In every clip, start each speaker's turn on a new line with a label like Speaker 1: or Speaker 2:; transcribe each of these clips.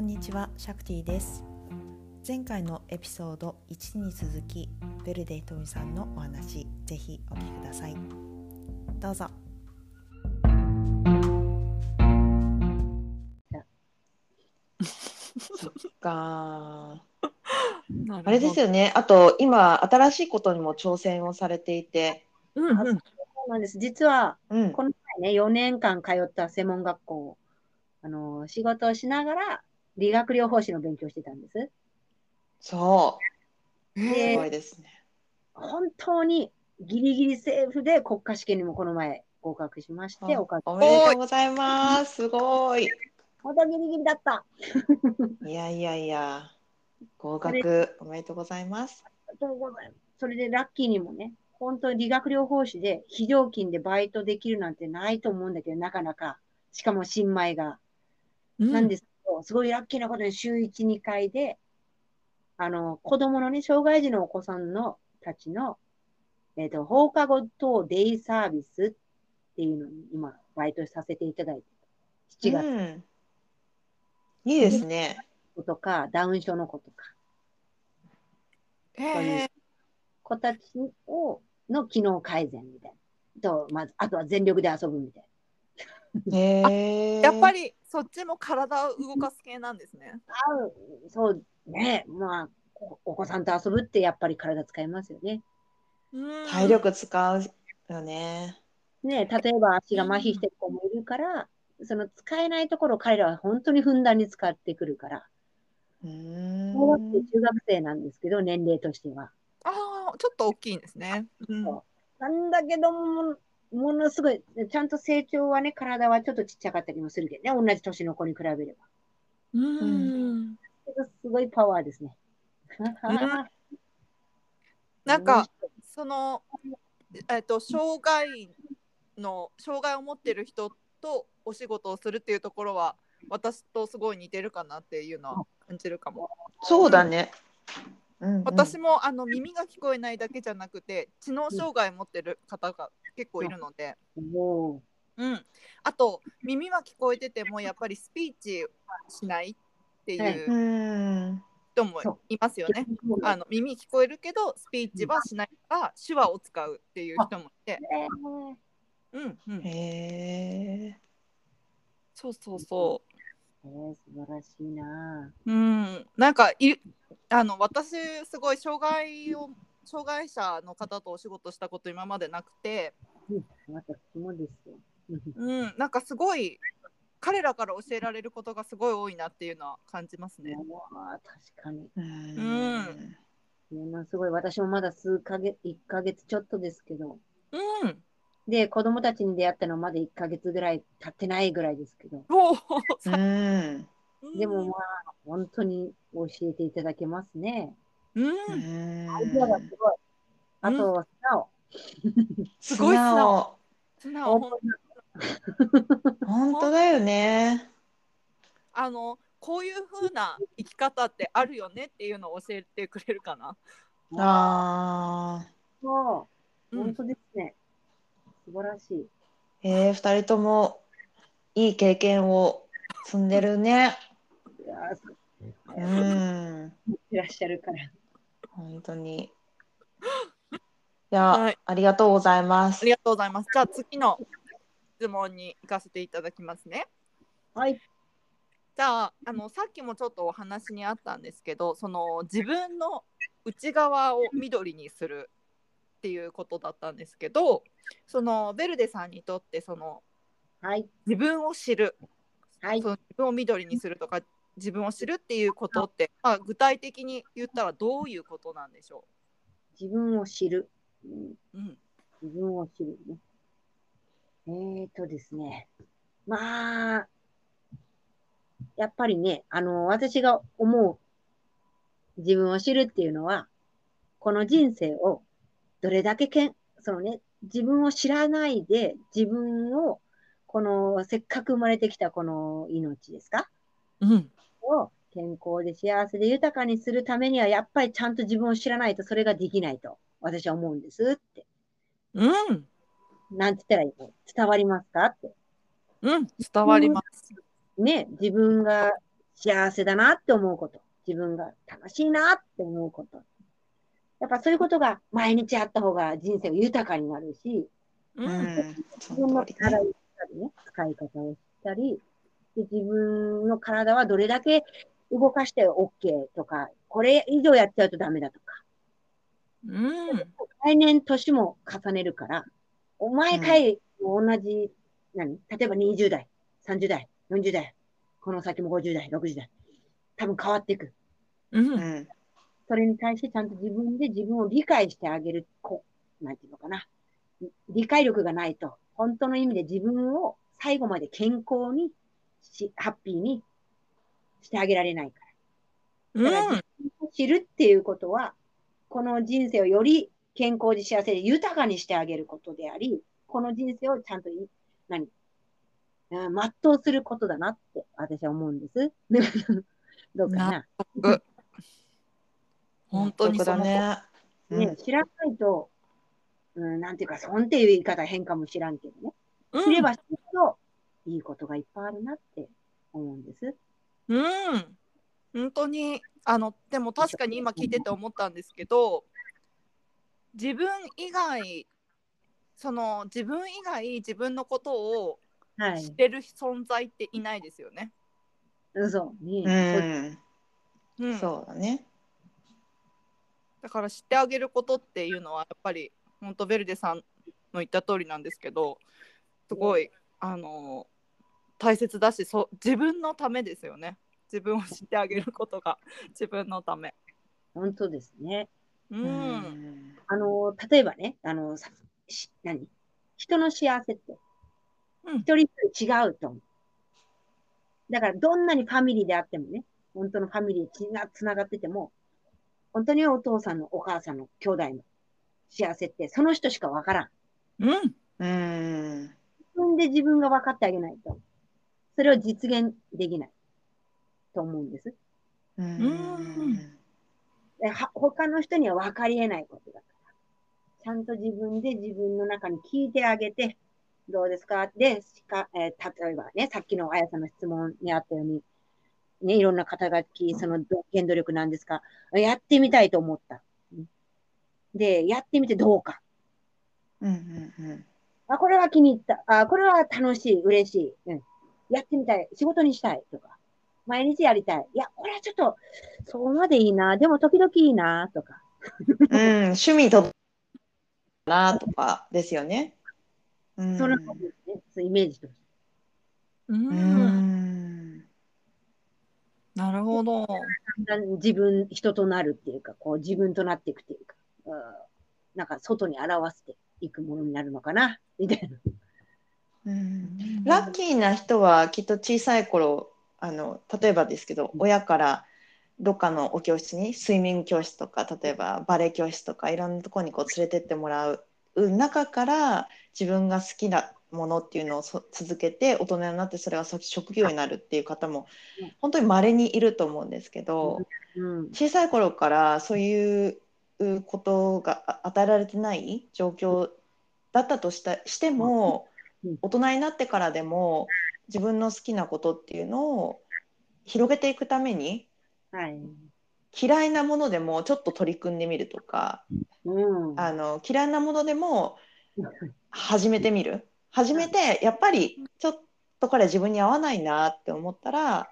Speaker 1: んにちはシャクティです前回のエピソード1に続きヴェルデイトミさんのお話ぜひお聞きくださいどうぞ
Speaker 2: か
Speaker 3: なるほど
Speaker 2: あれですよねあと今新しいことにも挑戦をされていて
Speaker 3: うんうん。。
Speaker 4: そうなんです。実は、
Speaker 2: うん
Speaker 4: この前ね、4年間通った専門学校を、あの、仕事をしながら、理学療法士の勉強をしてたんです。
Speaker 2: そうすご
Speaker 4: で、
Speaker 2: いですね
Speaker 4: 本当にギリギリセーフで国家試験にもこの前合格しまして、おかげ
Speaker 2: おめでとうございますすごい
Speaker 4: またギリギリだった。
Speaker 2: いやいやいや合格おめでとうございます
Speaker 4: ありがとうございます。それでラッキーにもね、本当に理学療法士で非常勤でバイトできるなんてないと思うんだけど、なかなか。しかも新米が。なんですすけど、すごいラッキーなことに週1、2回で、あの、子供のね、障害児のお子さんの、たちの、えっ、と、放課後等デイサービスっていうのに今、バイトさせていただいて、7
Speaker 2: う
Speaker 4: 月
Speaker 2: んいいですね
Speaker 4: の子とか、ダウン症の子とか、
Speaker 3: え
Speaker 4: え子たちを、の機能改善みたいな。と、まず、あとは全力で遊ぶみたい
Speaker 2: へえ
Speaker 3: やっぱりそっちも体を動かす系なんですね。
Speaker 4: な。あうそうね、まあ、おお子さんと遊ぶってやっぱり体使いますよね。
Speaker 2: 体力使うよね
Speaker 4: ね、例えば足が麻痺してる子もいるから、その使えないところを彼らは本当にふんだんに使ってくるから、
Speaker 2: う
Speaker 4: 小学生、
Speaker 2: ん
Speaker 4: 中学生なんですけど、年齢としては。
Speaker 3: ああ、ちょっと大きいんですね。うん
Speaker 4: そなんだけども、ものすごい、ちゃんと成長はね、体はちょっとちっちゃかったりもするけどね、同じ年の子に比べれば。
Speaker 3: うん。
Speaker 4: けどすごいパワーですね。
Speaker 3: なんかそのえっと障害の障害を持ってる人とお仕事をするっていうところは私とすごい似てるかなっていうのは感じるかも。
Speaker 2: そうだねうんうん
Speaker 3: 私もあの耳が聞こえないだけじゃなくて知能障害持ってる方が結構いるので。
Speaker 4: も
Speaker 3: うん、あと耳は聞こえててもやっぱりスピーチしないっていう
Speaker 2: うん
Speaker 3: 人も
Speaker 4: そう
Speaker 3: いますよ
Speaker 4: う、
Speaker 3: ね。あ
Speaker 4: あの、
Speaker 3: の耳聞こえるけどスピーチはしないから手話を使うっていう人もいて、うんうん、
Speaker 2: へえ
Speaker 3: そうそうそ
Speaker 4: えー、素晴らしいな
Speaker 3: う、うん、なんかいあの私すごい障害を障害者の方とお仕事したこと今までなくて、
Speaker 4: ぁ。また、もですよ。
Speaker 3: うん、なんかすごい彼らから教えられることがすごい多いなっていうのは感じますね。
Speaker 4: うわぁ確かに。
Speaker 2: うん
Speaker 4: ものすごい、私もまだ数ヶ月、1ヶ月ちょっとですけど、
Speaker 3: うん、
Speaker 4: で、子供たちに出会ったのはまだ1ヶ月ぐらい経ってないぐらいですけど、
Speaker 3: おー
Speaker 2: うん
Speaker 4: でもまあ、本当に教えていただけますね。
Speaker 3: うん、
Speaker 4: アイデアがすごい。あとは、なお、
Speaker 2: す
Speaker 3: ごい素
Speaker 2: 直
Speaker 3: 直素直
Speaker 4: オ
Speaker 3: ほ
Speaker 4: ー
Speaker 3: ん
Speaker 4: プンな
Speaker 2: 本当だよね
Speaker 3: あのこういう風な生き方ってあるよねっていうのを教えてくれるかな。
Speaker 2: あ
Speaker 4: の、
Speaker 3: うん
Speaker 4: 本当ですね。素晴らしい。
Speaker 2: ーえー、2人ともいい経験を積んでるね
Speaker 4: いやーそう
Speaker 2: うん
Speaker 4: いらっしゃるから。
Speaker 2: 本当にいや、
Speaker 3: はい
Speaker 2: ありがとうございま
Speaker 3: あ
Speaker 2: す
Speaker 3: りがとうございます。じゃあ次の質問に行かせていただきますね。
Speaker 4: はい。
Speaker 3: じゃああのさっきもちょっとお話にあったんですけどその自分の内側を緑にするっていうことだったんですけどそのベルデさんにとってその
Speaker 4: はい。
Speaker 3: 自分を知る
Speaker 4: はい
Speaker 3: そ。の自分を緑にするとか自分を知るっていうことって、まあ、具体的に言ったらどういうことなんでしょ
Speaker 4: 自分を知る。うん
Speaker 3: う、うん、
Speaker 4: 自分を知るね。えーとですね。まあ、やっぱりね、あの、私が思う自分を知るっていうのは、この人生をどれだけけん、そのね、自分を知らないで、自分を、この、せっかく生まれてきたこの命ですか
Speaker 3: うん
Speaker 4: を健康で幸せで豊かにするためには、やっぱりちゃんと自分を知らないとそれができないと、私は思うんですって。
Speaker 3: うん、
Speaker 4: なんて言ったらいいの伝わりますかって。
Speaker 3: うん、伝わります。
Speaker 4: ね、自分が幸せだなって思うこと、自分が楽しいなって思うこと。やっぱそういうことが毎日あった方が人生が豊かになるし、
Speaker 3: う
Speaker 2: うんん、そ
Speaker 4: 自分
Speaker 2: の
Speaker 4: の
Speaker 2: 通り
Speaker 4: 体
Speaker 2: ね
Speaker 4: をしたりね、使い方をしたり、で自分の体はどれだけ動かして OK とか、これ以上やっちゃうとダメだとか、
Speaker 3: うん
Speaker 4: 来年年も重ねるから、お前かい、同じ、何例えば20代、30代、40代、この先も50代、60代、多分変わっていく。
Speaker 3: うん
Speaker 2: うん、
Speaker 4: それに対してちゃんと自分で自分を理解してあげる、こう、なんていうのかな。理解力がないと、本当の意味で自分を最後まで健康にし、ハッピーにしてあげられないから。
Speaker 3: うん
Speaker 4: 知るっていうことは、この人生をより健康で幸せで豊かにしてあげることであり、この人生をちゃんとい、何、うん全うすることだなって私は思うんです。 どうかな。
Speaker 3: 本当に
Speaker 2: 納
Speaker 3: そ
Speaker 2: 得だ
Speaker 3: の
Speaker 2: ね。う
Speaker 4: ね
Speaker 2: ん、
Speaker 4: 知らないと、うん、なんていうか、損っていう言い方は変かもしらんけどね。
Speaker 3: うん
Speaker 4: 知れば知ると、いいことがいっぱいあるなって思うんです。
Speaker 3: うん本当にあのでも確かに今聞いてて思ったんですけど自分以外その自分以外自分のことを
Speaker 4: は
Speaker 3: 知
Speaker 4: い
Speaker 3: っ。てる存在っていないですよね。
Speaker 4: そう。ね、
Speaker 2: うん
Speaker 3: う、
Speaker 2: うんん、そうだね。
Speaker 3: だから知ってあげることっていうのはやっぱり本当ベルデさんの言った通りなんですけどすごい、あの大切だしそう自分のためですよね自分を知ってあげることが 自分のため。
Speaker 4: 本当ですね。
Speaker 3: う、
Speaker 2: うんん、
Speaker 4: あの、例えばね、あの、さし何人の幸せって、
Speaker 3: うん
Speaker 4: 一人一人違うと思う。だから、どんなにファミリーであってもね、本当のファミリーつなつながってても、本当にお父さんのお母さんの兄弟の幸せって、その人しかわからん。
Speaker 3: うん
Speaker 2: うん、
Speaker 4: 自分で自分が分かってあげないと、それを実現できないと思うんです。
Speaker 2: うんん、
Speaker 4: では他の人には分かり得ないことだから。ちゃんと自分で自分の中に聞いてあげて、どうですかで、しかえー例えばね、さっきのあやさんの質問にあったように、ね、いろんな肩書き、そのど原動力なんですかやってみたいと思った。うんで、やってみてどうか。
Speaker 2: うん、うん、
Speaker 4: あ、これは気に入った。あ、これは楽しい、嬉しい。うん。やってみたい。仕事にしたい。とか。毎日やりたい。いや、これはちょっと、そこまでいいな。でも時々いいな。とか。
Speaker 2: うん、趣味と。なとかですよね。うん、
Speaker 4: そんなことですね。そうイメージとして。
Speaker 3: う、
Speaker 2: うんん、
Speaker 3: なるほど。
Speaker 4: だんだん自分、人となるっていうか、こう自分となっていくっていうか、うんなんか外に表していくものになるのかな、みたいな。
Speaker 2: うん、ラッキーな人はきっと小さい頃あの例えばですけど親からどっかのお教室にスイミング教室とか例えばバレエ教室とかいろんなとこにこう連れてってもらう中から自分が好きなものっていうのをそ続けて大人になってそれが職業になるっていう方も本当に稀にいると思うんですけど。
Speaker 4: うん。
Speaker 2: 小さい頃からそういうことがあ与えられてない状況だったとしたしても
Speaker 4: うん
Speaker 2: 大人になってからでも自分の好きなことっていうのを広げていくために
Speaker 4: はい。
Speaker 2: 嫌いなものでもちょっと取り組んでみるとか
Speaker 4: うん。
Speaker 2: あの嫌いなものでも始めてみる始めてやっぱりちょっとこれ自分に合わないなって思ったら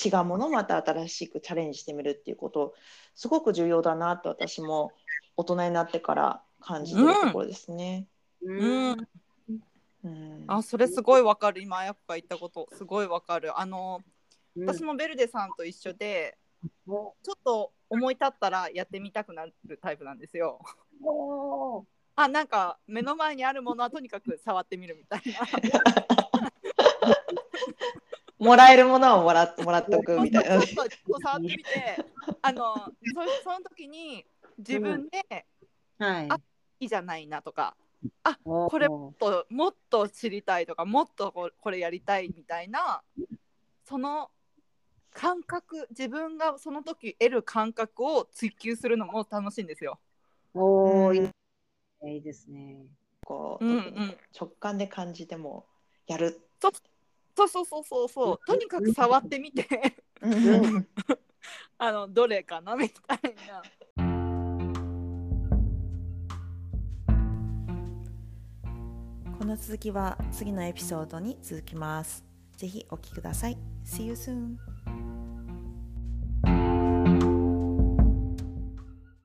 Speaker 2: 違うものをまた新しくチャレンジしてみるっていうことすごく重要だなと私も大人になってから感じてるところですね。
Speaker 3: うん
Speaker 2: うん
Speaker 3: あそれすごいわかる今やっぱ言ったことすごいわかるあの私もベルデさんと一緒で
Speaker 4: も。
Speaker 3: ちょっと思い立ったらやってみたくなるタイプなんですよ
Speaker 4: おー
Speaker 3: あなんか目の前にあるものはとにかく触ってみるみたい
Speaker 2: もらえるものはもらもらっておくみたいな
Speaker 3: な
Speaker 2: ね。
Speaker 3: ちょっとちょっと触ってみてあのそその時に自分で
Speaker 4: はい。
Speaker 3: あいいじゃないなとか
Speaker 4: こ
Speaker 3: これ
Speaker 4: も。
Speaker 3: ともっと知りたいとかもっとここれやりたいみたいなその感覚自分がその時得る感覚を追求するのも楽しいんですよ。
Speaker 4: おーいい、いいですね。
Speaker 2: こう
Speaker 3: うんうん、
Speaker 2: 直感で感じてもやる。
Speaker 3: そうそうそうそうそうそうとにかく触ってみて
Speaker 2: うん
Speaker 3: あのどれかなみたいな。
Speaker 1: この続きは次のエピソードに続きます。ぜひお聞きください。See you soon!